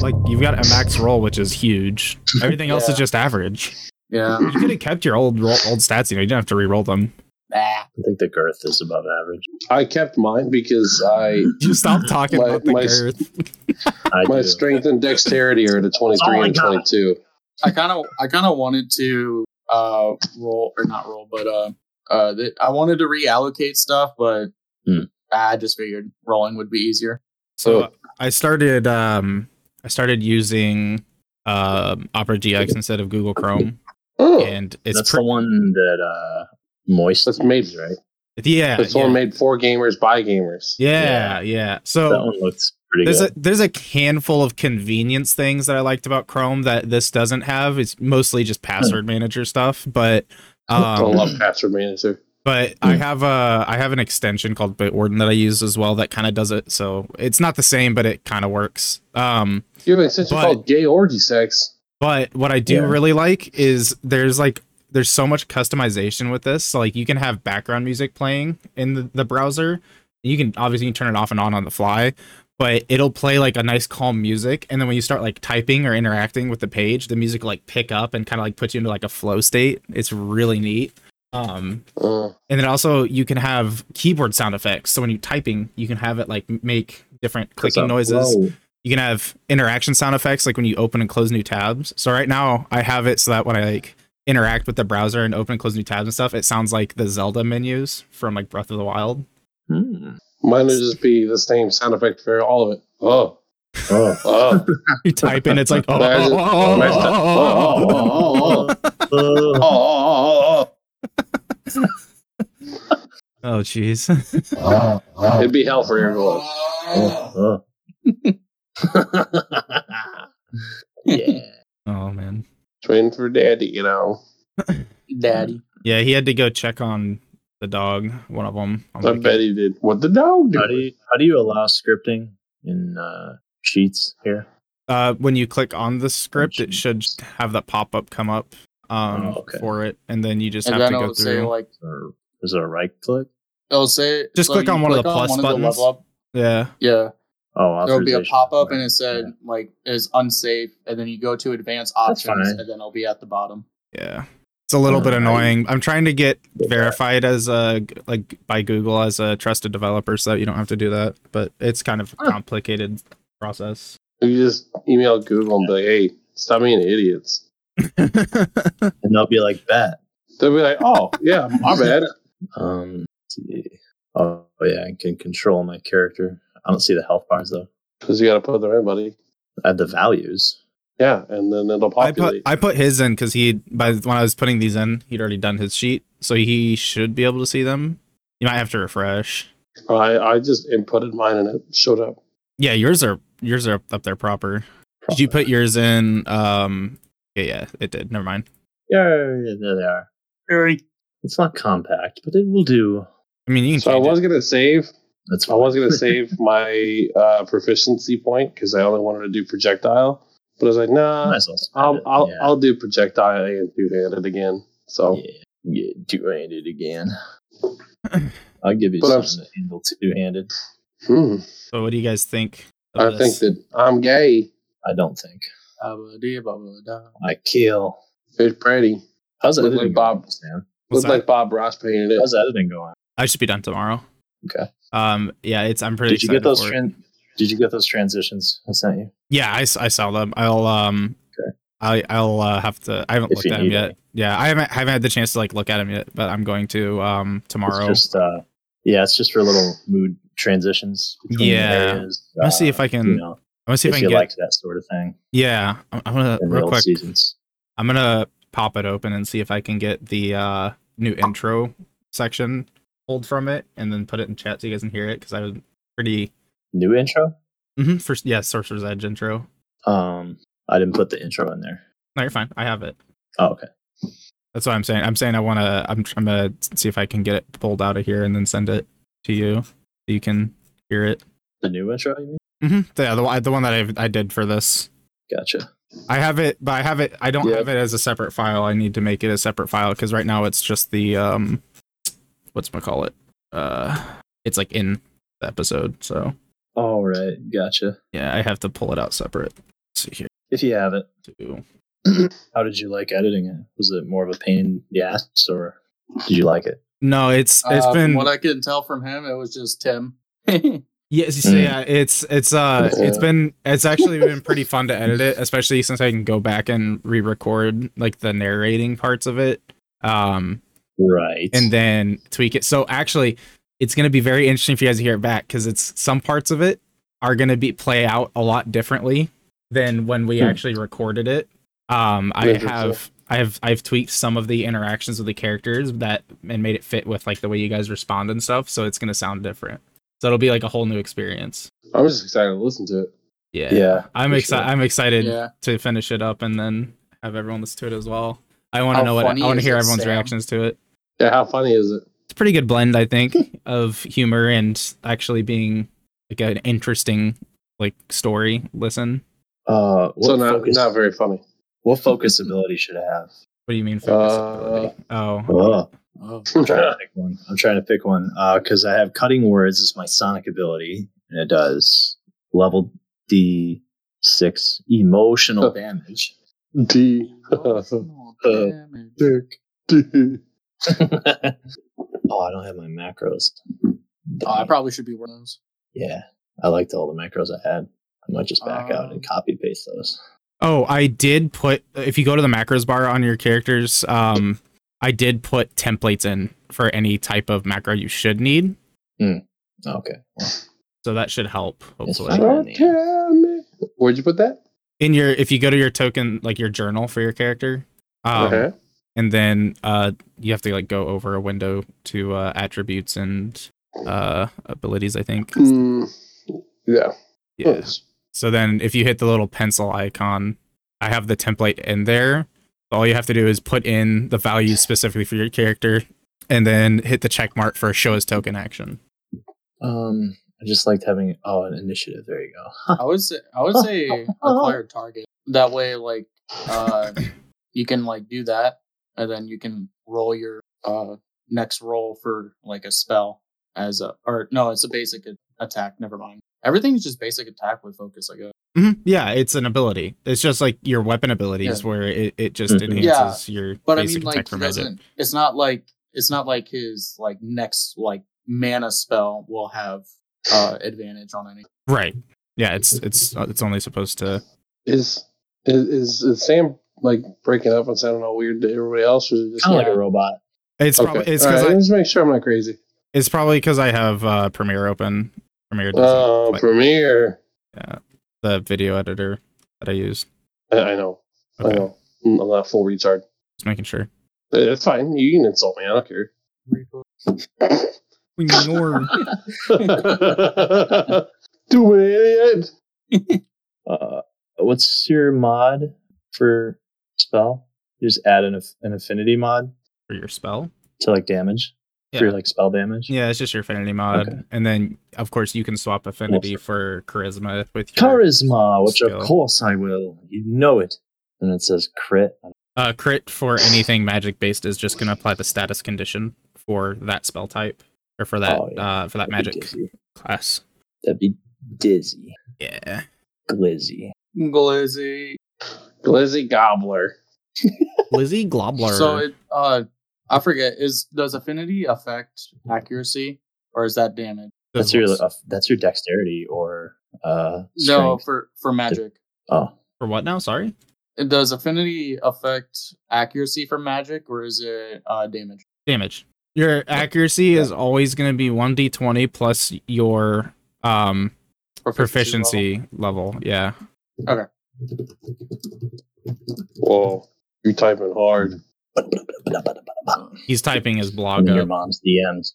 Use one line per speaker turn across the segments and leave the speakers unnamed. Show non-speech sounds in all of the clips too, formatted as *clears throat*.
like you've got a max roll, which is huge. Everything else
Yeah.
is just average.
Yeah.
You could have kept your old roll, old stats. You know, you didn't have to re-roll them.
Nah.
I think the girth is above average.
I kept mine because I
You stop talking
My-
about the
my-
girth.
I
my
do.
strength and dexterity are at a twenty three
Oh my
and
God.
twenty two.
I kind of I kind of wanted to uh roll or not roll, but uh uh th- I wanted to reallocate stuff, but
Hmm.
I just figured rolling would be easier.
So I started. Um, I started using um Opera GX instead of Google Chrome,
Oh,
and it's
That's
pre-
the one that uh, moist.
That's made-
is, right.
yeah,
This
yeah,
one made four gamers by gamers.
yeah, yeah. So
that one looks pretty
there's
good.
a there's a handful of convenience things that I liked about Chrome that this doesn't have. It's mostly just password manager stuff, but
I don't
um,
love password manager.
but I have a I have an extension called Bitwarden that I use as well that kind of does it. So it's not the same, but it kind of works. Um,
You have an extension
But-
called Gay Orgy Sex.
but what I do
Yeah.
really like is there's like there's so much customization with this. So like you can have background music playing in the, the browser. You can obviously you can turn it off and on on the fly, but it'll play like a nice calm music. And then when you start like typing or interacting with the page, the music will, like pick up and kind of like put you into like a flow state. It's really neat. Um,
Uh,
and then also you can have keyboard sound effects. So when you're typing, you can have it like m- make different clicking noises
Whoa.
you can have interaction sound effects like when you open and close new tabs so right now i have it so that when i like interact with the browser and open and close new tabs and stuff it sounds like the zelda menus from like breath of the wild
Hmm.
mine would just be the same sound effect for all of it. Oh,
Oh.
oh,
you type in it's like oh,
There's-
oh, oh,
there's the-
oh, oh, *laughs* oh,
oh, oh, oh, oh,
Oh.
oh,
oh. oh jeez
Oh.
oh. It'd be hell for everyone.
Oh.
*laughs*
yeah.
oh man
Train for daddy, you know.
Daddy.
yeah he had to go check on the dog one of them I'm
I
like,
bet he did. What the dog
How
do?
do you how do you allow scripting in uh, sheets here?
uh when you click on the script it should have that pop-up come up um
Oh, okay.
for it and then you just
and
have
then
to go
it'll say
through
like
Or is it a right click?
it'll say
Just click
you
on one of the plus buttons.
level up.
yeah
Yeah.
Oh,
There'll be a
authorization.
pop up and it said
Yeah.
like is unsafe and then you go to advanced
That's
options
fine.
and then it'll be at the bottom.
Yeah. It's a little bit
Alright.
annoying. I'm trying to get
Yeah.
verified as a like by Google as a trusted developer so that you don't have to do that, but it's kind of a
Huh.
complicated process. *laughs*
You just email Google and be like, hey, stop being idiots.
and they'll be like bet.
They'll be like, oh, yeah,
*laughs*
my bad.
Um, let's see. oh yeah, I can control my character. I don't see the health bars though.
Because you got to put them in, buddy.
Add the values.
Yeah, and then it'll
I put
populate.
I put his in cuz he by when I was putting these in, he'd already done his sheet, so he should be able to see them. You might have to refresh.
I, I, just inputted mine and it showed up.
Yeah, yours are yours are up there proper. Did you put yours in um yeah, yeah, it did. Never mind.
Yeah, yeah, there they are. It's not compact, but it will do.
I mean, you can
So I
change it.
was going to save.
That's
I was going
*laughs*
to save my uh, proficiency point because I only wanted to do projectile. But I was like, nah,
*laughs* Might as well spend
I'll,
it.
I'll,
yeah.
I'll do projectile and two handed again. So
yeah, yeah, two-handed
*laughs*
again. I'll give you
But I'm-
something to handle two-handed.
hmm,
So what do you guys think?
I
of
think
this?
that I'm gay.
I don't think
Abba-dee-ba-ba-da.
I kill.
It's pretty.
How's
Look
editing
like
going,
Bob.
Sam?
What's
Looked
that?
like Bob Ross painted it.
How's editing going?
I should be done tomorrow.
Okay.
Um. Yeah. It's. I'm pretty.
Did you get
excited
those?
for it.
Tran- did you get those transitions I sent you?
yeah. I, s- I saw them. I'll. Um.
Okay.
I I'll uh, have to. I haven't
If
looked
you
at them
need
yet.
any.
Yeah. I haven't. haven't had the chance to like look at them yet. But I'm going to. Um. Tomorrow.
It's just, uh, yeah, it's just for little mood transitions. between
Yeah.
areas,
I'm gonna see
uh,
if I can.
You know,
I'm gonna see if,
if
I
you
can get.
liked that sort of thing
yeah. I'm, I'm gonna
in the
real
old
quick.
seasons.
I'm gonna pop it open and see if I can get the uh new intro section pulled from it and then put it in chat so you guys can hear it because I was pretty.
New intro.
Mm-hmm, first. Yeah. Sorcerer's Edge intro.
Um, I didn't put the intro in there.
No, you're fine. I have it.
Oh, okay.
That's what I'm saying. I'm saying I want to. I'm tr- I'm gonna see if I can get it pulled out of here and then send it to you. So you can hear it.
The new intro. You mean?
hmm Yeah, the, one- the one that I I did for this.
Gotcha.
I have it, but I have it. I don't
Yeah.
have it as a separate file. I need to make it a separate file because right now it's just the um, what's my call it? Uh, it's like in the episode. So
All right. Gotcha.
yeah, I have to pull it out separate. see here.
If you haven't,
Two.
how did you like editing it? Was it more of a pain in the ass, or did you like it?
No, it's it's
Uh,
been
from what I can tell from him, it was just Tim. *laughs* Oh, yeah,
Yes, so
Mm.
yeah, it's it's uh it's
Yeah.
been it's actually been pretty fun to edit it, especially since I can go back and re-record like the narrating parts of it. Um
Right.
and then tweak it. So actually, it's going to be very interesting for you guys to hear it back because it's some parts of it are going to be play out a lot differently than when we
Hmm.
actually recorded it. Um, I
Interesting.
have I have I've tweaked some of the interactions with the characters that and made it fit with like the way you guys respond and stuff. So it's going to sound different. So it'll be like a whole new experience.
I'm just excited to listen to it.
Yeah,
yeah,
I'm
for
excited.
sure.
I'm excited to finish it up and then have everyone listen to it as well. I want
How
to know what I
funny
want to
is
hear
it,
everyone's
Sam?
reactions to it.
Yeah, how funny is it?
it's a pretty good blend, I think, *laughs* of humor and actually being like an interesting like story. Listen,
Uh, what
so not,
focus?
not very
*laughs*
funny. *laughs*
what focus ability should it have?
what do you mean focusability? oh,
Oh,
Oh.
I'm trying to pick one. I'm trying to pick one because I have cutting words as my sonic ability, and it does level D six emotional
Oh.
damage.
D.
*laughs*
Damage.
Dick. *laughs* D.
oh, I don't have my macros.
Oh, I probably should be one of those.
yeah, I liked all the macros I had. I might just back out and
Um,
copy paste those.
oh, I did put if you go to the macros bar on your characters, um, I did put templates in for any type of macro you should need,
Oh, Okay.
so that should help hopefully.
fine.
Where'd you put that?
In your if you go to your token like your journal for your character, um,
okay.
and then uh you have to like go over a window to uh attributes and uh abilities i think
Mm, yeah.
yeah so then if you hit the little pencil icon i have the template in there all you have to do is put in the values specifically for your character and then hit the check mark for show as token action
Um, I just liked having oh an initiative. There you
*laughs*
go.
I would say I would say acquired target. That way, like uh, you can like do that, and then you can roll your uh, next roll for like a spell as a or no, it's a basic a- attack. Never mind. Everything's just basic attack with focus. I guess.
Mhm. yeah it's an ability it's just like your weapon abilities where it, it just
Mhm.
enhances
Yeah,
your
But I
basic
mean, like
attack
he
from magic
doesn't. It's not like it's not like his like next like mana spell will have uh advantage on any.
right yeah it's it's it's only supposed to
Is, is is is Sam like breaking up and sounding all weird to everybody else, or is it just
Kind of like
Yeah.
a robot.
Oh, it's probably
Okay.
it's
All
because
right, let's make sure I'm not crazy.
It's probably because I have uh, Premiere open. Premiere does
Oh,
like,
Premiere.
the video editor that I use.
I, I know. I
Okay.
Oh.
know. Mm, I'm not full retard.
Just making sure.
Uh, It's fine. You can insult me. I don't care. *laughs*
We ignore.
Do it.
Uh, what's your mod for spell? You just add an, aff- an affinity mod
for your spell.
to like damage for
Yeah.
your like spell damage.
Yeah, it's just your affinity mod,
Okay.
and then of course you can swap affinity for charisma with your
Charisma, which
Skill.
of course I will. You know it. And it says crit.
uh, crit for anything magic based is just going to apply the status condition for that spell type or for that
Oh, yeah.
uh, for that
That'd
magic
Be dizzy.
class.
That'd be dizzy,
Yeah,
glizzy.
Glizzy.
Glizzy Gobbler.
*laughs* Lizzie Globler.
So it uh I forget is does affinity affect accuracy or is that damage?
Does
That's your
what-
uh, that's your dexterity or uh
No,
strength.
for for magic.
Oh,
for what now? Sorry.
It- Does affinity affect accuracy for magic or is it uh damage?
damage. Your accuracy is always going to be 1d20 plus your um
Or
proficiency level. Yeah.
Whoa. You're typing hard. *gasps*
He's typing his blog
I'm your
up.
mom's *laughs* DMs.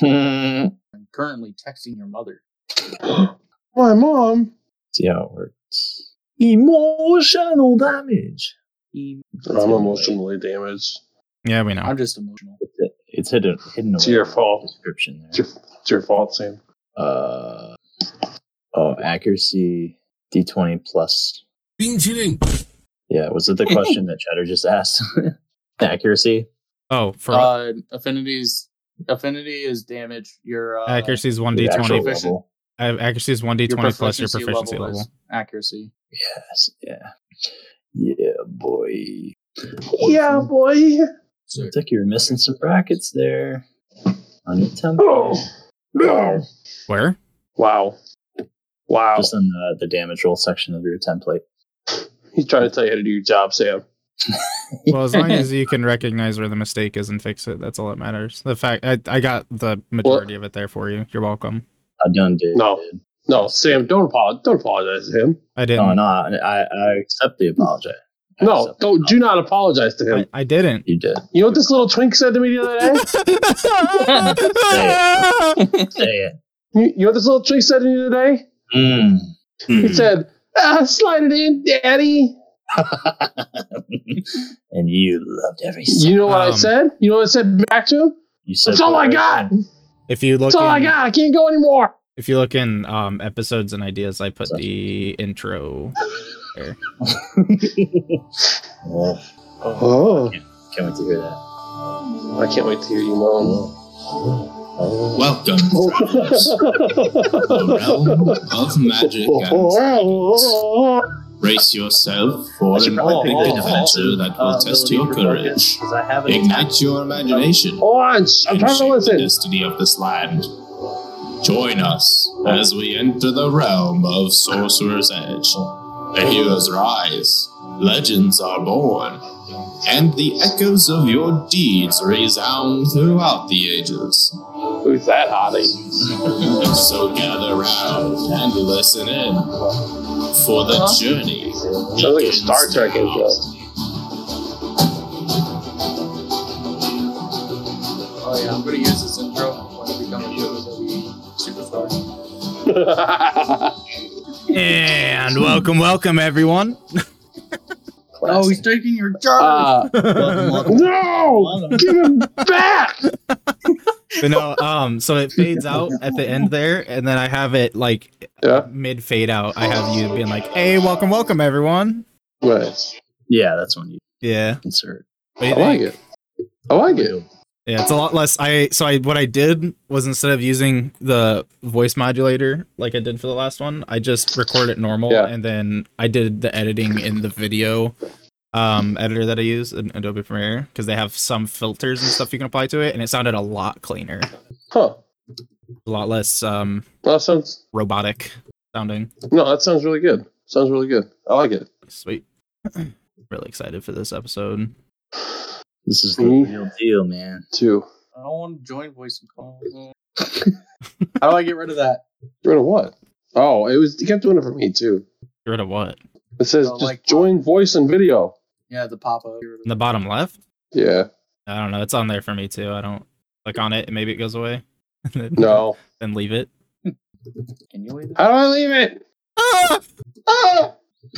I'm currently texting your mother.
My mom.
See how it works. Emotional damage.
Em-
I'm emotionally damaged.
*laughs* yeah, we know.
I'm just emotional.
It's, it's hidden, hidden
It's
away
your
in the
fault.
Description
It's
there.
your, it's your fault, Sam.
Uh, oh, accuracy d20 plus.
冰淇淋，
Yeah, was it the question that Cheddar just asked? *laughs* accuracy.
Oh, for
Uh affinities affinity is damage. Your uh,
accuracy is
the actual
1d20
proficient.
level.
uh, accuracy is one d
Uh, Your
twenty plus your proficiency level.
is accuracy.
Yes, yeah. Yeah, boy.
Yeah, boy.
Looks like you're missing some brackets there. On your
Oh
temple.
no!
Where?
Wow, wow.
Just on the, the damage roll section of your template.
He's trying to tell you how to do your job, Sam.
Well, as long as you can recognize where the mistake is and fix it, that's all that matters. The fact I, I got the majority of it there for you. You're welcome.
I done did.
No. No, Sam, don't apologize. Don't apologize to him.
I didn't.
No, no, I, I accept the apology. I
No,
accept the
don't. Do not apologize to
I,
him.
I
*laughs*
didn't.
You did.
You know what this little twink said to me the other *laughs* day?
Say it.
You, you know what this little twink said to me the other day?
Mm. *laughs*
He said, ah, "Slide it in, Daddy."
and you loved every second.
You know what I
Um,
said? You know what I said back to him?
You said
That's all I
the
got.
word.
*laughs* if you look,
That's all I
in-
got. I can't go anymore.
If you look in um, episodes and ideas, I put
Sorry.
the intro.
*laughs*
there.
Well,
Oh,
can't wait to hear that.
I can't wait to hear you moan.
Welcome,
Oh. *laughs*
travelers, to the realm of magic and dragons. Brace yourself for
I should
an
probably
epic
pick the
adventure
defensive,
that will test your courage,
Because I have an attack.
ignite your imagination,
Orange, Oh, I'm
and
trying to
shape the
listen.
destiny of this land. Join us as we enter the realm of Sorcerer's Edge. The heroes rise, legends are born, and the echoes of your deeds resound throughout the ages.
Who's that hottie?
*laughs* So gather round and listen in for the journey.
Sounds like a Star Trek intro.
Oh yeah, I'm gonna use this intro when I become a WWE superstar.
And welcome, welcome everyone.
Oh, he's taking your job.
uh, no! Give him back!
But no, um, so it fades out at the end there, and then I have it like
Yeah.
mid fade out. I have you being like, "Hey, welcome, welcome everyone."
Nice.
Yeah, that's when you
Yeah,
insert.
What do
I
you
like
think?
it. I like it.
Yeah, it's a lot less. I so I what I did was instead of using the voice modulator like I did for the last one, I just record it normal
Yeah.
and then I did the editing in the video um editor that I use in Adobe Premiere because they have some filters and stuff you can apply to it, and it sounded a lot cleaner,
Huh.
a lot less um
Well, that sounds,
robotic sounding.
no, that sounds really good. Sounds really good. I like it.
Sweet, *clears throat* really excited for this episode.
This is the
See?
real deal, man.
Too.
I don't want to join voice and call. *laughs* How do I get rid of that?
Get Rid of what? Oh, it was, he kept doing it for me too.
Get rid of what?
It says
Oh,
just
like-
join voice and video.
Yeah, the pop up.
In the bottom left?
Yeah.
I don't know. It's on there for me too. I don't click on it and maybe it goes away. *laughs*
No.
Then leave
*laughs*
it.
Can you leave it?
How do I leave it? Ah!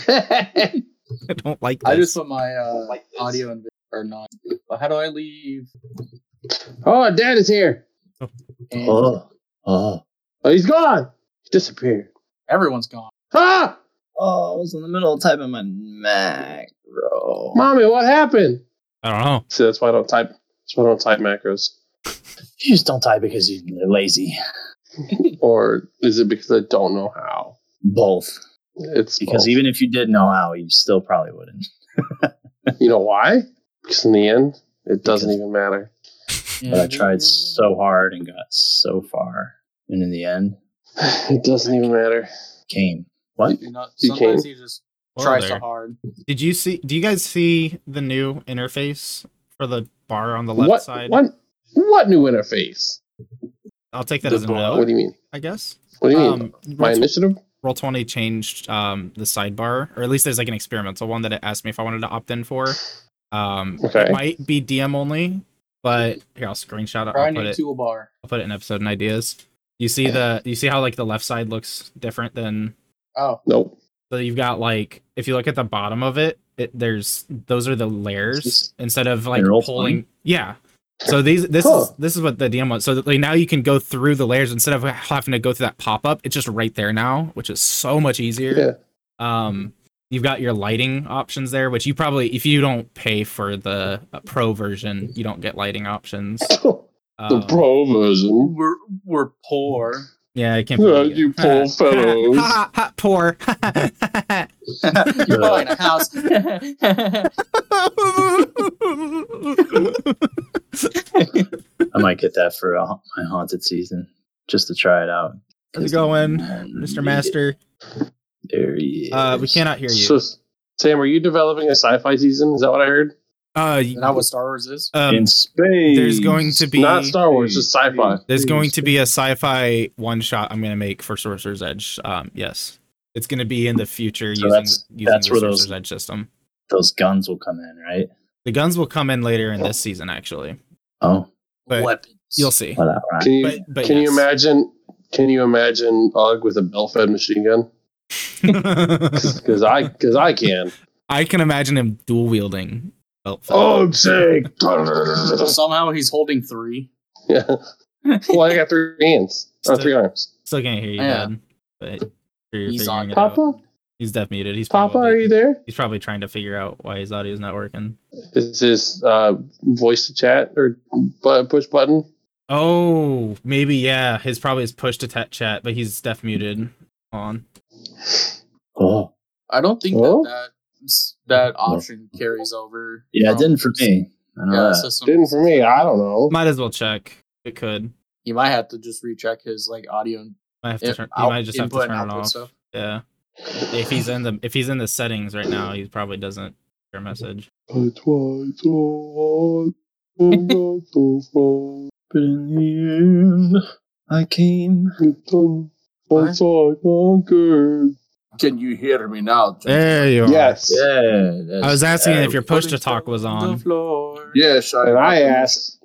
*laughs*
I don't like this.
I just put my uh, audio and video, or not. But how do I leave?
oh, dad is here.
And
Oh, oh,
Oh, he's gone. He disappeared.
Everyone's gone.
Ah!
oh! I was in the middle of typing my macro.
Mommy, what happened?
I don't know.
See, that's why I don't type. That's why I don't type macros.
You just don't type because you're lazy.
*laughs* Or is it because I don't know how?
Both,
It's
because
both.
even if you did know how, you still probably wouldn't.
you know why? Because in the end, it doesn't
Because-
even matter. *laughs*
But I tried so hard and got so far, and in the end,
It doesn't even matter.
came what?
You know,
You
sometimes
can't.
he just
Hello
tries so
there.
hard.
Did you see? Do you guys see the new interface for the bar on the left
what?
side?
What? What new interface?
I'll take that
The
as a
bar- What
no.
do you mean?
I guess.
What do you mean?
Um,
My
Roll,
initiative?
Roll Twenty changed um, the sidebar, or at least there's like an experimental one that it asked me if I wanted to opt in for. Um,
Okay.
It might be DM only, but here I'll screenshot it. I'll
Grinding
put it.
toolbar.
I'll put it in episode and ideas. You see the you see how like the left side looks different than
Oh,
Nope.
so you've got like if you look at the bottom of it, it there's those are the layers
Is
instead of like
roll
pulling yeah. So these this is
Cool.
this is what the DM was. So that, like now you can go through the layers instead of having to go through that pop up. It's just right there now, which is so much
Yeah. *laughs*
easier. Um you've got your lighting options there, which you probably if you don't pay for the uh, pro version, you don't get lighting options.
the
Um,
pro version.
we're we're poor.
Yeah, I can't.
Oh,
believe *laughs*
you poor fellows.
Ha, ha, ha, poor.
*laughs*
*laughs*
You're probably in a house. That's
I might get that for a, my haunted season just to try it out.
How's it going, Mr. Master?
There he is.
Uh, we cannot hear
So,
you.
Sam, are you developing a sci-fi season? Is that what I heard?
Uh,
not what Star Wars is.
um,
in space.
there's going to be
Not Star Wars, just sci-fi.
there's going to be a sci-fi one shot I'm gonna make for Sorcerer's Edge. Um, yes, it's gonna be in the future
So
using
that's-
using
that's
the
where
Sorcerer's
those-
Edge system.
Those guns will come in, right?
The guns will come in later in this season, actually.
Oh,
But
Weapons.
You'll see. *laughs*
well, all right.
Can you
But but
can
yes.
you imagine? Can you imagine Og with a bell-fed machine gun? *laughs* Because I because I can.
I can imagine him dual wielding. Oh,
Oh, I'm sick.
Somehow he's holding three.
yeah. Well, I got three hands or three arms.
still can't hear you,
Yeah.
Dad. But I'm sure you're
He's
figuring
on
it out.
Papa,
He's deaf muted. He's
Papa,
probably,
are you there?
He's probably trying to figure out why his audio's not working.
Is this uh, voice to chat or bu- push button?
Oh, maybe yeah. His probably is push to ta- chat, but he's deaf muted. Hold On.
Oh,
I don't think
Oh.
that, that that option carries over.
yeah, it
from-
didn't for me. I know
Yeah,
that.
system.
Didn't for me. I don't know.
Might as well check. If It could.
You might have to just recheck his like audio. and
Might have to
If
turn. You
out-
might just have to
input
turn
and
it
output
off.
stuff.
Yeah. If he's in the if he's in the settings right now, he probably doesn't hear a message.
It's why it's so hard, and not so far.
But in the end, I came.
It's done. Once I conquered.
Can you hear me now?
There you
Yes.
Yeah. that's-
I was asking
uh,
if your push to talk was on. *laughs*
Yes, I,
And I asked,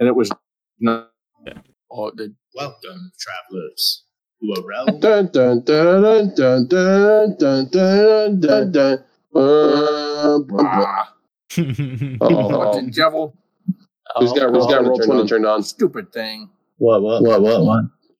and it was not.
Oh, did,
Welcome, travelers, to a realm
dun dun dun dun dun dun dun dun dun. Uh,
Ah, fucking devil!
Who's got who's
Oh,
got roll twenty turned on?
*laughs*
Stupid thing.
What? What? What? What? What?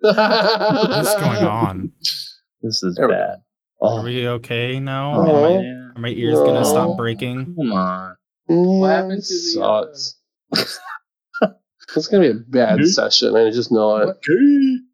What's
What's *laughs*
going on?
this is
There we go.
bad.
Are
Oh,
we okay now? Am
Oh.
I-
man.
Are my ears gonna
No.
stop breaking?
Come on.
What
happened to the, uh,
Sucks. It's gonna be a bad session. I just know it.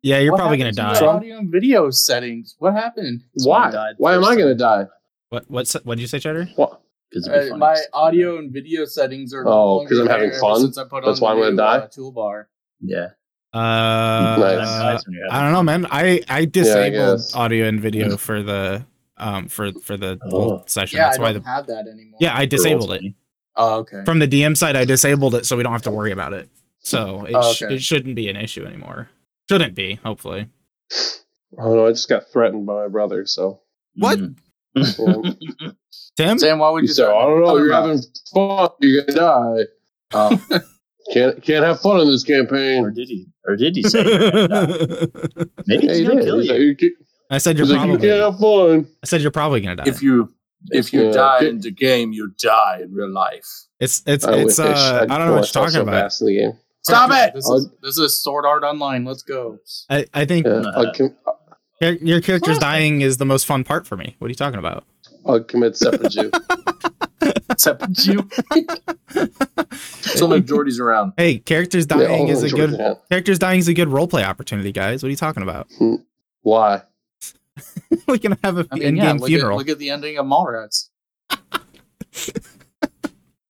Yeah, you're
What
probably gonna
happened to
die.
your Audio and video settings. What happened?
Why?
died
Why am I
first.
gonna die?
What what's what did you say, Cheddar?
Why?
Because
Uh, my audio and video settings are. no
Oh,
longer
'cause I'm
there
having
ever
fun?
Since I put
That's
on
why I'm
the
gonna
new,
die?
uh, toolbar.
Yeah.
Uh,
Nice.
I don't know, man. I I disabled
guess.
audio and video for the um for for the
Oh.
whole session.
Yeah,
That's
I
why
don't
the
have that anymore.
yeah I disabled it
Oh, okay.
from the DM side. I disabled it so we don't have to worry about it. So it
Oh,
sh-
okay.
it shouldn't be an issue anymore. Shouldn't be. Hopefully.
Oh no, I just got threatened by my brother. *laughs* So
What?
Hmm.
yeah.
Tim,
Sam, why would
he
you
said, "I don't know. You're having fun. You're gonna die.
*laughs* Oh,
Can't can't have fun in this
Or
campaign."
did he? Or did
*laughs*
he say?
*laughs*
that? Maybe
Yeah,
he's
he
gonna
did.
kill
He's like,
you.
you can't-
I said you're
he's like, you
probably.
can't have fun.
I said you're probably gonna die.
If you if you
Yeah.
die in the game, you die in real life.
It's it's
I
it's
wish.
uh I don't know
oh,
what you're
fell
talking
so
about.
Fast in the
*laughs*
game.
Stop it!
This is, this is Sword Art Online. Let's go.
I, I think
Yeah, I'll, com-
your, your
*laughs*
character's dying is the most fun part for me. What are you talking about? *laughs*
I'll commit seppuku.
Except you. so many Jordy's around.
Hey, characters
Yeah,
dying
I'll
is a
enjoy
good
that.
characters dying is a good roleplay opportunity, guys. What are you talking about? *laughs*
Why?
We're gonna have a
I
f-
mean,
in-game
yeah, look at,
funeral.
look at the ending of Mallrats.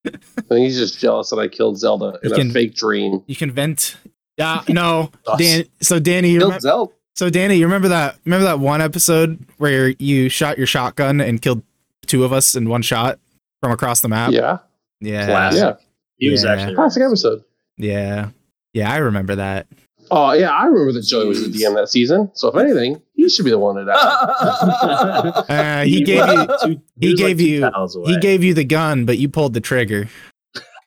I think he's just jealous that I killed Zelda in
You
a
can-
fake dream.
you can vent.
*laughs*
Yeah, no, Dan. So Danny, you
Kill
remember,
Zelda.
so Danny, you remember that? Remember that one episode where you shot your shotgun and killed two of us in one shot from across the map?
yeah,
yeah,
Classic.
yeah.
He was
Yeah.
actually.
Classic episode.
yeah, yeah. I remember *laughs* that.
Oh yeah, I remember that Joey was the DM that season. So if anything, he should be the one that died.
*laughs*
Uh, he gave you *laughs*
Two,
he
was
gave
two
you-
tiles away.
he gave you the gun, but you pulled the trigger.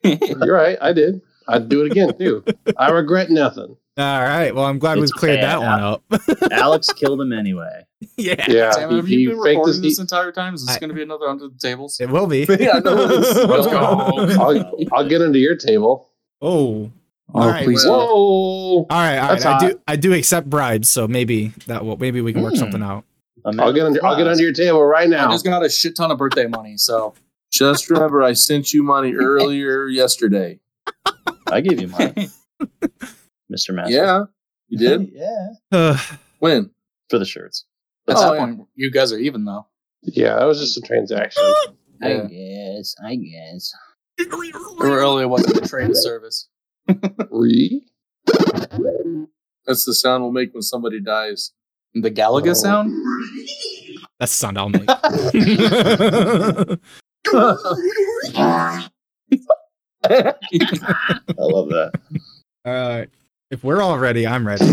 You're right, I did. I'd do it again too. I regret
*laughs*
nothing.
All right. Well, I'm glad
It's
we've cleared
okay,
that
yeah.
one up. *laughs*
Alex killed him anyway.
yeah.
Yeah,
Sam, have
he-
you
he
been
faked
recording
he-
this entire time? Is this
I- Oh,
going to be another under the tables?
It will be.
Yeah, no,
*laughs*
it's-
Let's
let's
go.
go.
I'll, I'll get into your table.
Oh.
Oh,
All right.
please.
well-
Whoa!
All right. All right.
That's
I
hot.
do. I do accept bribes, so maybe that will. Maybe we can work
Hmm.
something out.
I'll get under. I'll get under your table right
I
now.
just got a shit ton of birthday money, so
Just remember, I sent you money earlier yesterday.
I gave
*laughs*
you mine, Mr. Master.
Yeah,
*laughs*
you did.
yeah.
Uh,
When?
For the shirts.
at
Oh,
that
yeah.
point, you guys are even though.
Yeah, that was just a transaction.
Yeah.
guess. I guess.
It really wasn't a trade service.
Re?
That's the sound we'll make when somebody dies.
The Galaga
Oh.
sound?
that's the sound I'll *laughs* make. All
I love that.
right. If we're all ready, I'm ready.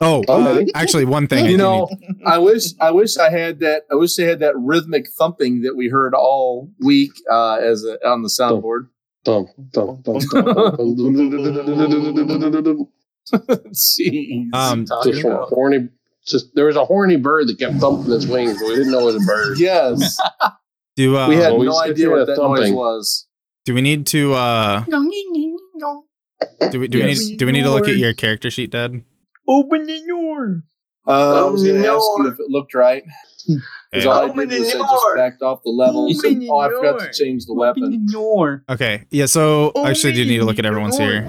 Oh,
I'm
uh,
ready.
actually, one thing. I
You
do *laughs*
know, I wish I wish I had that. I wish they had that rhythmic thumping that we heard all week uh, as a, on the soundboard.
Dum, dum, dum, dum, dum, dum, dum, dum, dum, dum, dum, dum, dum, dum, dum, dum.
Jeez.
need- um,
Just from a horny. Just there was a horny bird that kept thumping its wings, but we didn't know it was a bird.
yes,
do uh,
we had
Well, we
no
still
idea
hear
what
that
that noise
thumping.
was.
do we need to uh, do we do
Yes.
we need do we need to look at your character sheet, Dad?
Open the door.
Uh, I was going to
Open
ask you if it looked right. Because
Yeah.
all I did was I just backed off the levels.
Open
And, oh, I
the
forgot
door.
to change the weapon.
Okay. Yeah. So
Oh,
I actually do need to look at everyone's here.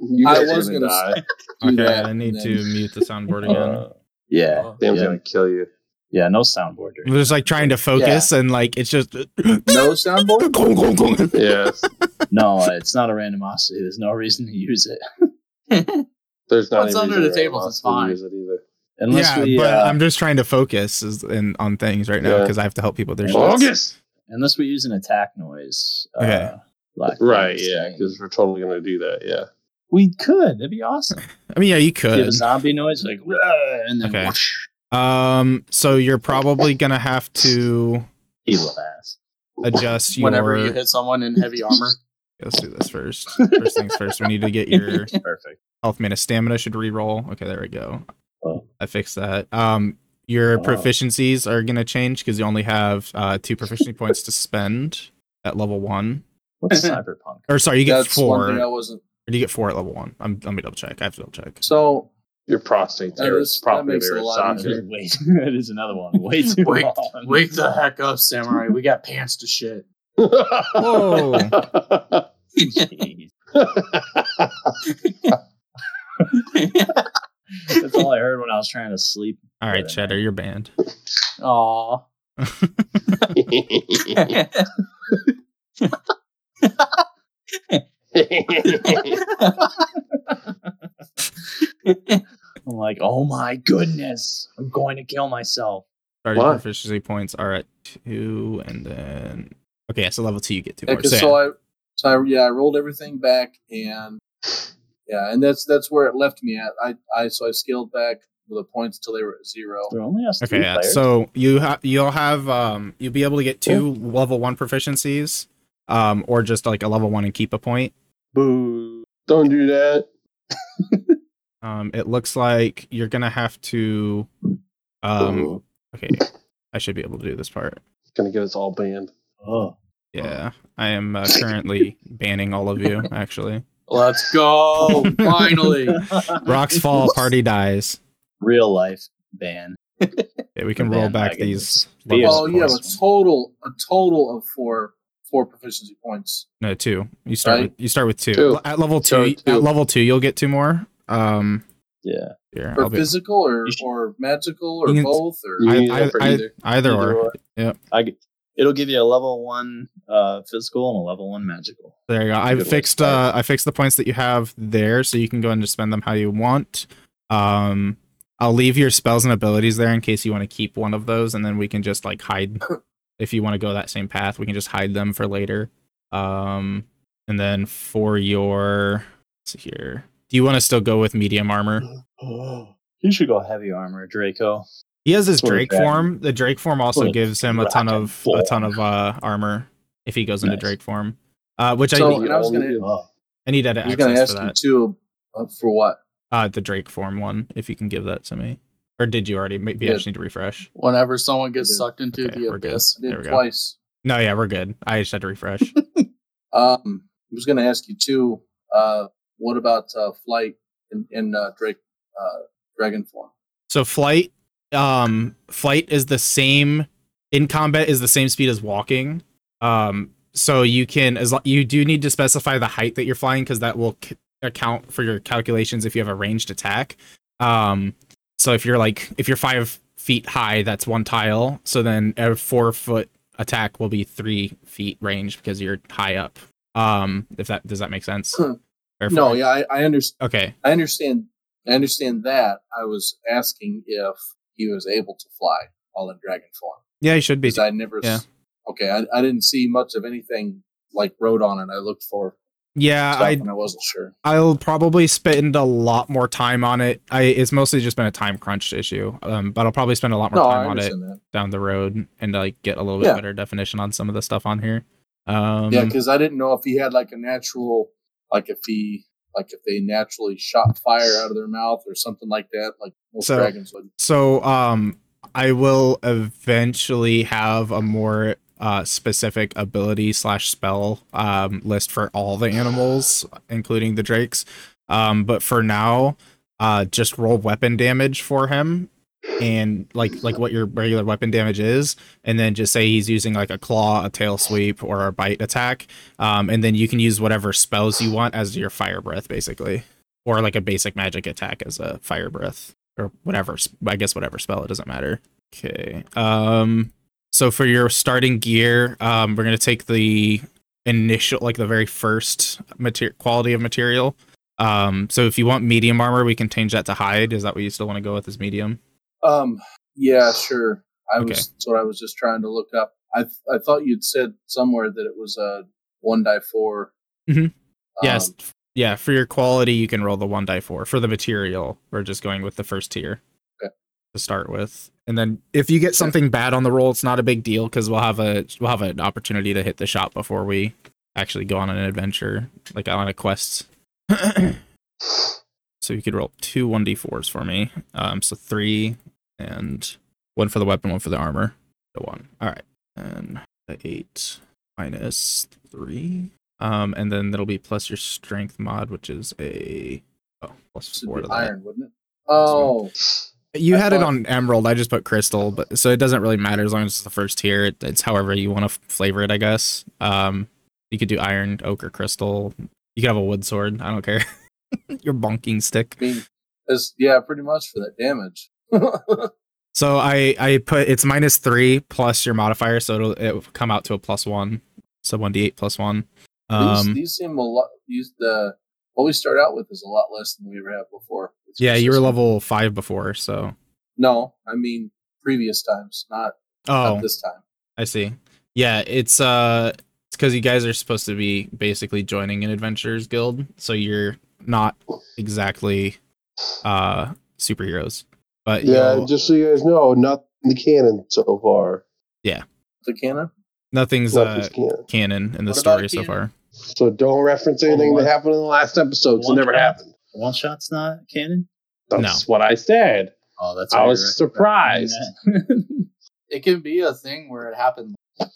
You
I
guys are
was
gonna
going to
die.
do
Okay.
that.
I need
and
to
then- Uh,
mute the soundboard
*laughs*
again.
Yeah.
Sam's
yeah.
gonna kill you.
Yeah, no soundboard.
I'm *laughs* just like trying to focus and like it's just. *laughs*
No soundboard?
Yes,
No, it's not a randomosity. There's no reason to use it.
there's not.
What's
any
under
reason
the
to
table,
allow
it's
us to
fine.
use it either.
Unless
Yeah,
we
but
uh,
I'm just trying to focus is, in, on things right now
Yeah.
because I have to help people with their shit.
August.
unless we use an attack noise.
Okay.
Uh, like-
Right. Yeah, because we're totally gonna do that. Yeah.
We could. That'd be awesome.
I mean, yeah, you
You have a
could.
zombie noise, like, "Wah," and then
Okay.
whoosh,
Um, so you're probably gonna have to
he will ass.
adjust your.
Whenever you hit someone in heavy armor.
Let's do this first. First things first. We need to get your
Perfect.
health mana stamina should re-roll. Okay, there we go.
Oh.
I fixed that. Um, your
Wow.
proficiencies are gonna change because you only have uh, two proficiency points to spend at level one.
What's cyberpunk?
Or sorry, you get
That's
four.
one thing I
Or
wasn't.
do you get four at level one? I'm, let me double check. I have to double check.
So,
Your prostate
That
there
is-
is probably
that makes it
very
a lot
socket.
easier.
Wait, *laughs* that is another one. Way too
Wait,
long.
wake the heck up, samurai. We got pants
*laughs*
to shit.
Whoa.
*laughs* Jeez. That's all I heard when I was trying to sleep.
All right, Cheddar, you're banned.
Aw.
I'm like, oh my goodness, I'm going to kill myself.
Starting
Why?
proficiency points are at two, and then okay, yeah, so level two you get two
yeah,
more. So,
'cause
yeah.
so I, so I, yeah, I rolled everything back, and yeah, and that's that's where it left me at. I, I, so I scaled back the points until they were
*laughs*
at zero.
There only has to
okay,
be
yeah,
players.
so you have you'll have um you'll be able to get two level one proficiencies, um or just like a level one and keep a point.
*laughs* Boo.
Don't do that.
Um, it looks like you're gonna have to, um, okay, I should be able to do this part.
It's gonna get us all banned.
Oh.
Yeah, I am uh, currently banning all of you. Actually,
Let's go.
*laughs*
Finally.
rocks fall, party dies.
Real life ban.
Okay, we can roll
Ban
back
wagons.
these.
Be
level
Oh, you have a
points.
total, a total of four, four proficiency points.
No, two. You start.
Right?
With, you start with two.
Two.
L- At level
Start
two,
with two.
At level two, you'll get two more. Um.
Yeah.
Here,
Or
I'll be,
physical, or
You should-
or magical, or
You can-
both, or
You
I-
need
I-
that for
I-
either.
either or.
I g it'll give you a level one uh, physical and a level one magical.
There you go. I
Good way to
fixed. Uh,
start.
I fixed the points that you have there, so you can go and just spend them how you want. Um. I'll leave your spells and abilities there in case you want to keep one of those, and then we can just like hide. if you want to go that same path, we can just hide them for later. Um. And then for your, let's see here. Do you want to still go with medium armor?
Oh, you should go heavy armor, Draco.
He has his
Sort of
Drake
dragon.
form. The Drake form also
Sort of
gives him a ton
dragon
of
form.
a ton of uh, armor if he goes into
Nice.
Drake form, uh, which
So-
I
and I was gonna-
You
Oh,
I need edit
I was gonna
access
ask
for
you
that.
too uh, for what?
Uh, the Drake form one, if you can give that to me, or did you already? Maybe I
Yeah.
just need to refresh.
Whenever someone gets
Yeah.
sucked into
Okay,
the
we're good.
abyss,
I did
There we go.
twice.
No, yeah, we're good. I just had to refresh.
Um, I was gonna ask you too. Uh, what about uh, flight in, in uh, Drake uh, Dragon form?
So flight, um, flight is the same in combat is the same speed as walking. Um, so you can as lo- you do need to specify the height that you're flying because that will c- account for your calculations if you have a ranged attack. Um, so if you're like if you're five feet high, that's one tile. So then a four foot attack will be three feet range because you're high up. Um, if that does that make sense?
Hmm.
Or
No,
four-
yeah, I, I understand.
Okay.
I understand. I understand that. I was asking if he was able to fly while in dragon form
Yeah, you should be.
because I never. s-
Yeah.
Okay, I, I didn't see much of anything like wrote on it. I looked for
Yeah,
stuff
I
and I wasn't sure.
I'll probably spend a lot more time on it. I it's mostly just been a time crunch issue, um, but I'll probably spend a lot more
No, I
time on it
understand that.
down the road and like get a little bit
Yeah.
better definition on some of the stuff on here. Um,
yeah, because I didn't know if he had like a natural, like if he, like if they naturally shot fire out of their mouth or something like that, like most
So-
dragons would.
so um, I will eventually have a more uh, specific ability slash spell um, list for all the animals, including the drakes. Um, but for now, uh, just roll weapon damage for him and like like what your regular weapon damage is and then just say he's using like a claw a tail sweep or a bite attack um, and then you can use whatever spells you want as your fire breath basically or like a basic magic attack as a fire breath or whatever s- i guess whatever spell it doesn't matter okay um so for your starting gear um we're going to take the initial like the very first material quality of material um so if you want medium armor we can change that to hide is that what you still want to go with as medium
Um, yeah, sure. I
Okay.
was so I was just trying to look up. I th- I thought you'd said somewhere that it was a one die 4
Mhm. Yes.
Um,
Yeah, for your quality, you can roll the one die four. For the material, we're just going with the first tier
Okay.
to start with, and then if you get something bad on the roll, it's not a big deal because we'll have a we'll have an opportunity to hit the shop before we actually go on an adventure, like on a quest. *clears throat* so you could roll two one d fours for me. Um, so three and one for the weapon, one for the armor. The one. All right, and the eight minus three. Um, and then that'll be plus your strength mod, which is a oh plus
this would
four
be
to that.
iron, wouldn't it? Oh,
You
I
had it
thought-
on emerald. I just put crystal, but so it doesn't really matter as long as it's the first tier. It, it's however you want to flavor it, I guess. Um, you could do iron, oak, or crystal. You could have a wood sword. I don't care. *laughs* your bonking stick.
I mean, that's- yeah, pretty much for that damage. *laughs*
So I I put it's minus three plus your modifier, so it'll it'll come out to a plus one. So one d eight plus one.
these,
Um,
these seem a lot. These the what we start out with is a lot less than we ever have before. It's
yeah, you were
consistent.
level five before, so
No, I mean previous times, not,
oh
not this time.
I see. Yeah, it's uh it's cuz you guys are supposed to be basically joining an adventurers guild, so you're not exactly uh superheroes. But
Yeah,
you'll-
just so you guys know, not in the canon so far.
The cannon.
nothing's
Not
uh
this canon.
canon in the
What about
story so
canon?
far.
So don't reference anything that happened in the last episode. 'cause It never happened.
One shot's not canon.
That's what I said.
Oh, that's.
I
right,
was
you're right.
*laughs* surprised
it can be a thing where it happened.
Uh,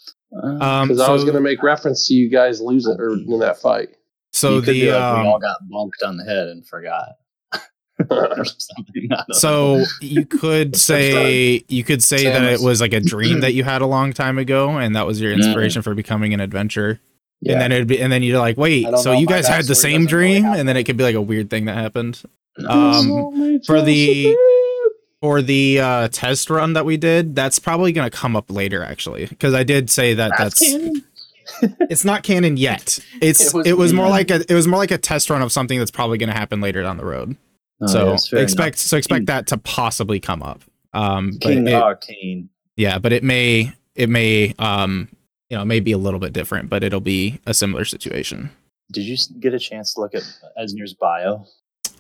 Um
because I was
so,
going to make reference to you guys losing or in that fight.
so
you could be
the
like,
um,
we all got bonked on the head and forgot *laughs* or something. I don't know.
so you
*laughs*
could say you could say that it
Samus.
was like a dream that you had a long time ago and that was your inspiration for becoming an adventurer and then it'd be and then you're like wait
I don't
so
know,
you
my
guys had the
backstory
same
doesn't really
dream
have
and then it could be like a weird thing that happened
So
um
much
for the-
else
for the uh test run that we did that's probably gonna come up later actually because i did say that that's, *laughs* it's not canon yet it's
*laughs* It
it
was
was, more
canon.
like a it was more like a test run of something that's probably gonna happen later down the road
Oh, yeah,
so
that's fair
expect
enough. Hmm.
so expect that to possibly come up um but
King
it-
Arcane.
yeah but it may it may um you know it may be a little bit different but it'll be a similar situation
Did you s- get a chance to look at Esmir's bio?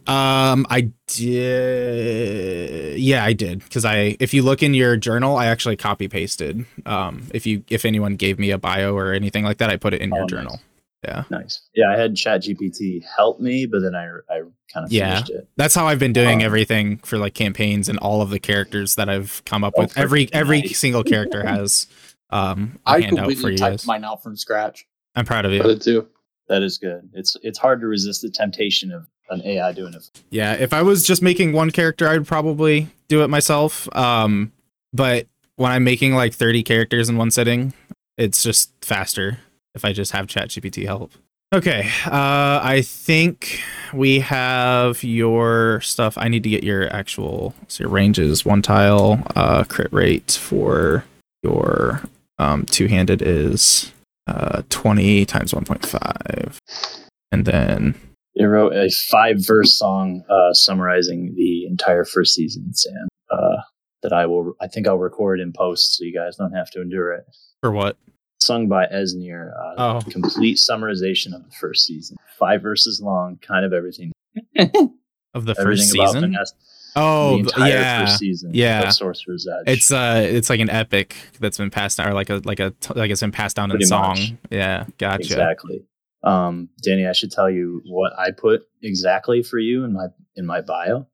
um i did yeah i did because i if you look in your journal i actually copy pasted um if you if anyone gave me a bio or anything like that i put it in
Oh,
your
nice.
journal
Nice. Yeah, I had ChatGPT help me, but then I I kind of
Yeah.
finished it.
That's how I've been doing
Oh.
everything for like campaigns and all of the characters that I've come up
Oh,
with. Every
freaking
every
nice.
single character has um a
I
handout for
completely
you
typed
guys.
mine out from scratch.
I'm proud of
I
you.
did too.
That is good. It's it's hard to resist the temptation of an AI doing it.
Yeah, if I was just making one character, I would probably do it myself. Um but when I'm making like 30 characters in one sitting, it's just faster if I just have ChatGPT help. Okay, uh I think we have your stuff. I need to get your actual so your ranges, one tile, uh crit rate for your um two-handed is uh 20 times 1.5 and then
It wrote a five verse song uh, summarizing the entire first season, Sam. Uh, that I will, I think I'll record and post so you guys don't have to endure it.
for what?
Sung by Esnir, uh,
Oh.
complete summarization of the first season, five verses long, kind of everything,
Of the first
everything about
season?
Vanessa.
Oh,
the
th-
entire
yeah.
first season,
yeah.
of Sorcerer's Edge.
It's uh, it's like an epic that's been passed down, or like a like a t- like it's been passed down in
Pretty
song.
much.
Yeah, gotcha.
exactly. Um, Danny, I should tell you what I put exactly for you in my in my bio.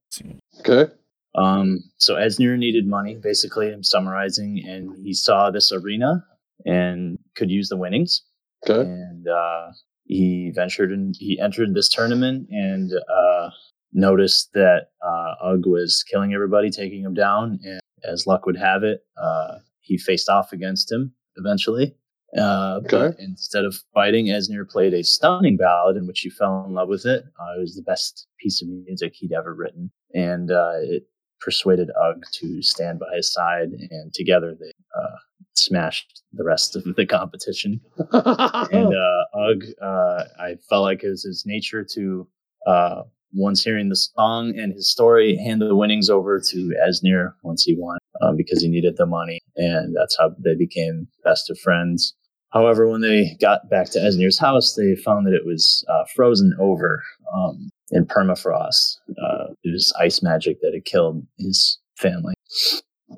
Okay.
Um, so Esnir needed money, basically. I'm summarizing, and he saw this arena and could use the winnings,
Okay.
and uh, he ventured and he entered this tournament and uh, noticed that uh, Ugg was killing everybody, taking him down, and as luck would have it, uh, he faced off against him eventually. Uh, But
Okay.
instead of fighting, Esnir played a stunning ballad in which he fell in love with it. Uh, it was the best piece of music he'd ever written, and uh, it persuaded Ugg to stand by his side, and together they uh, smashed the rest of the competition
*laughs*
and uh, Ugg, uh, I felt like it was his nature to uh, once hearing the song and his story, hand the winnings over to Esnir once he won um, because he needed the money, and that's how they became best of friends. However, when they got back to Esnir's house, they found that it was uh, frozen over um, in permafrost. Uh, it was ice magic that had killed his family.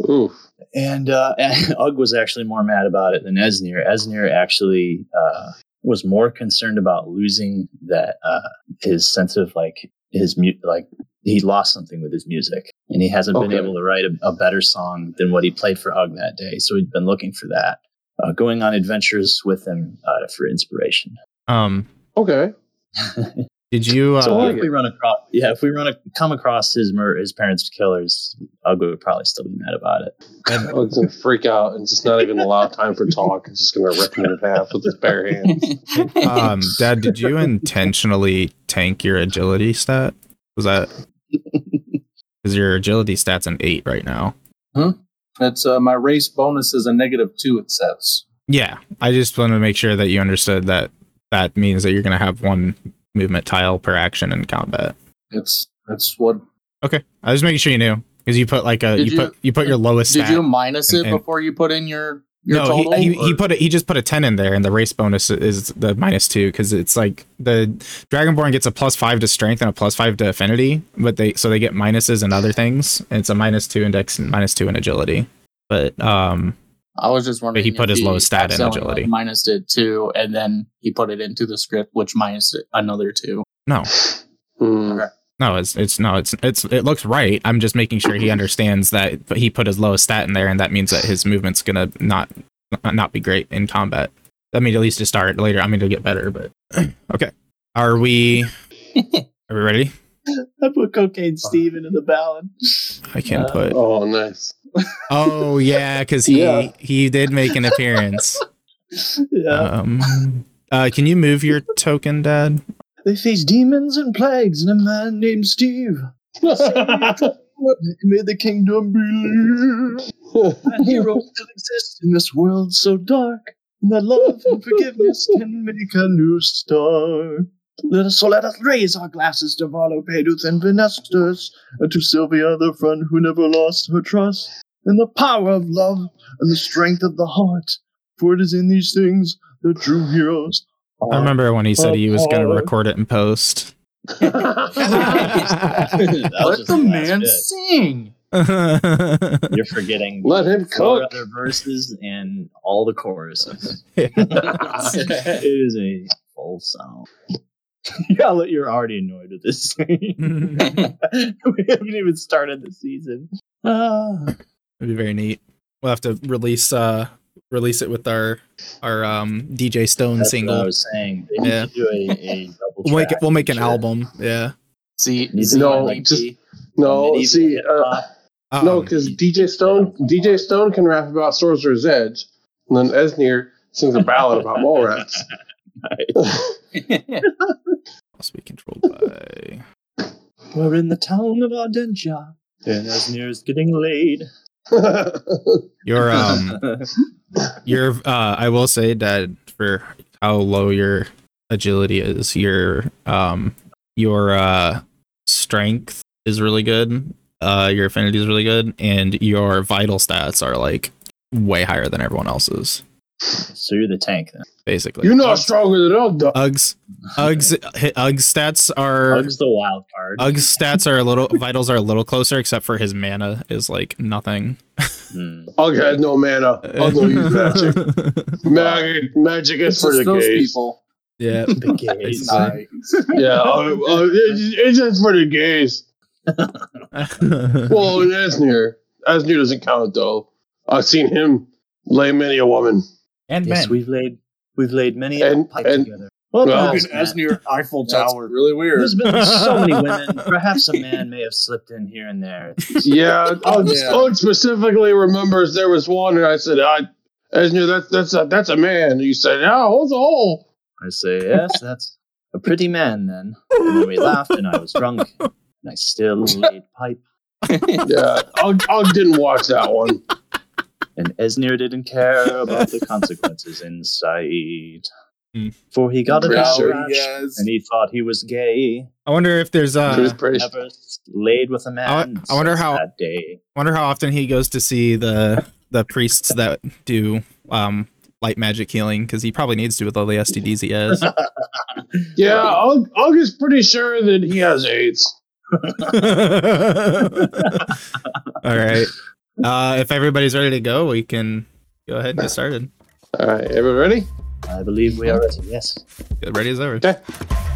Ooh.
And uh, *laughs* Ugg was actually more mad about it than Esnir. Esnir actually uh, was more concerned about losing that uh, his sense of like his mu- like he lost something with his music, and he hasn't been
Okay.
able to write a, a better song than what he played for Ugg that day. So he'd been looking for that, uh, going on adventures with him uh, for inspiration. *laughs*
Um,
Okay.
did you? Uh,
so if we run across, yeah, if we run a, come across his mur- his parents' killers, Ugg would probably still be mad about it.
Oh, it's gonna freak out and just not even allow time for talk. It's just gonna rip me in half with his bare hand.
*laughs* um, Dad, did
*laughs*
you intentionally tank your agility stat? Was
*laughs*
that because your agility stat's an eight right now?
That's uh, my race bonus is a negative two. It says.
Yeah, I just wanted to make sure that you understood that that means that you're gonna have one movement tile per action in combat.
It's that's what
Okay, I was making sure you knew because you put like a
Did
you,
you-
put you put your lowest.
Did
stat.
you minus
And-
it
and-
before you put in your your
no,
total?
he, he, he
or-
put a, he just put a ten in there, and the race bonus is the minus two because it's like the Dragonborn gets a plus five to strength and a plus five to affinity, but they so they get minuses and other things. And it's a minus two index and minus two in agility. But um,
I was just wondering.
But he put
if
his lowest stat in
accidentally,
agility.
Like, minus it two, and then he put it into the script, which minus it another two.
no,
Hmm.
no, it's it's no, it's it's it looks right. I'm just making sure he understands that he put his lowest stat in there, and that means that his movement's gonna not not be great in combat. I mean, at least to start later. I mean, to get better, but *clears throat* okay. Are
*laughs*
we? Are we ready?
I put Cocaine Steve into the ballad.
I can't
Uh,
put.
Oh, nice. *laughs*
Oh yeah, because he
Yeah.
he did make an appearance.
*laughs* yeah.
Um, uh, can you move your token, Dad?
They face demons and plagues, and a man named Steve made the kingdom believe that heroes still exist in this world so dark, and that love and
*laughs*
forgiveness can make a new star. Let us, so let us raise our glasses to Varlo Peduth and Venestus, and to Sylvia the friend who never lost her trust, and the power of love and the strength of the heart. For it is in these things that true heroes are.
I remember when he said he was
uh,
going to record it and post. *laughs*
Let the man sing.
yeah.
You're forgetting
*laughs* Let him
four
cook.
other
*laughs*
verses and all the choruses.
Yeah.
*laughs* it is a full sound. *laughs* yeah, look, you're already annoyed with this
*laughs*
thing. *laughs* we haven't even started the season. Ah.
It'd be very neat. We'll have to release uh release it with our our um DJ Stone
That's what I
single.
was saying. They need
Yeah.
to do
*laughs*
a, a double
We'll make
track
we'll make an
feature.
album. Yeah.
See,
Needs
see
to
No,
my
be
EP?
just- No,
medieval
see, uh,
hip-hop.
no,
Um,
because DJ Stone, DJ Stone can rap about Sorcerer's Edge, and then Esnir sings a ballad about mole rats.
must be controlled by
We're in the town of Ardentia, and as near as getting
*laughs*
laid. *laughs*
your um your uh I will say that for how low your agility is, your um your uh strength is really good, uh your affinity is really good, and your vital stats are like way higher than everyone else's,
so you're the tank then.
basically.
*laughs* You're not stronger than us, dog.
Uggs
*laughs*
Uggs hi- Uggs stats are
Uggs the wild card.
Uggs stats are a little *laughs* vitals are a little closer, except for his mana is like nothing. *laughs*
Hmm.
Ugg had no mana. Ugg no use magic. Magic, magic is
It's
for
just
the
those
gays.
people.
yeah.
The gays.
Exactly.
Nice. *laughs*
Yeah, Ugg- Ugg- it's it's just for the gays.
*laughs*
Well, and Esnir, Esnir doesn't count though. I've seen him lay many a woman.
and
Yes, we've laid we've laid many a
And-
pipe
and-
together. Well,
well-
perhaps
Dude,
not.
as near Eiffel
That's
Tower.
really weird.
There's been so many women. Perhaps a man may have slipped in here and there.
*laughs* Yeah, Ugg
Yeah.
Ugg Oh, specifically remembers there was one, and I said, "I, Esnir, that's that's a that's a man." And you said, "No, what's a hole?"
I say, yes, that's a pretty man then. And then we laughed, and I was drunk, and I still laid pipe.
Yeah, Ugg, Ugg didn't watch that one.
And Esnir didn't care about the consequences in sight.
Hmm.
For he got a
Pretty
towel
sure
rash,
yes.
and he thought he was gay.
I wonder if there's
He was
uh
pretty-
Never laid with a man.
I wonder
since
how-
that day.
wonder how often he goes to see the the priests that do um light magic healing because he probably needs to with all the STDs he has. *laughs*
*laughs*
yeah, Ugg, Ugg is pretty sure that he has AIDS.
all right. Uh, if everybody's ready to go, we can go ahead and get started.
All right, everybody ready?
I believe we are ready. Yes.
Get ready as ever.
Okay.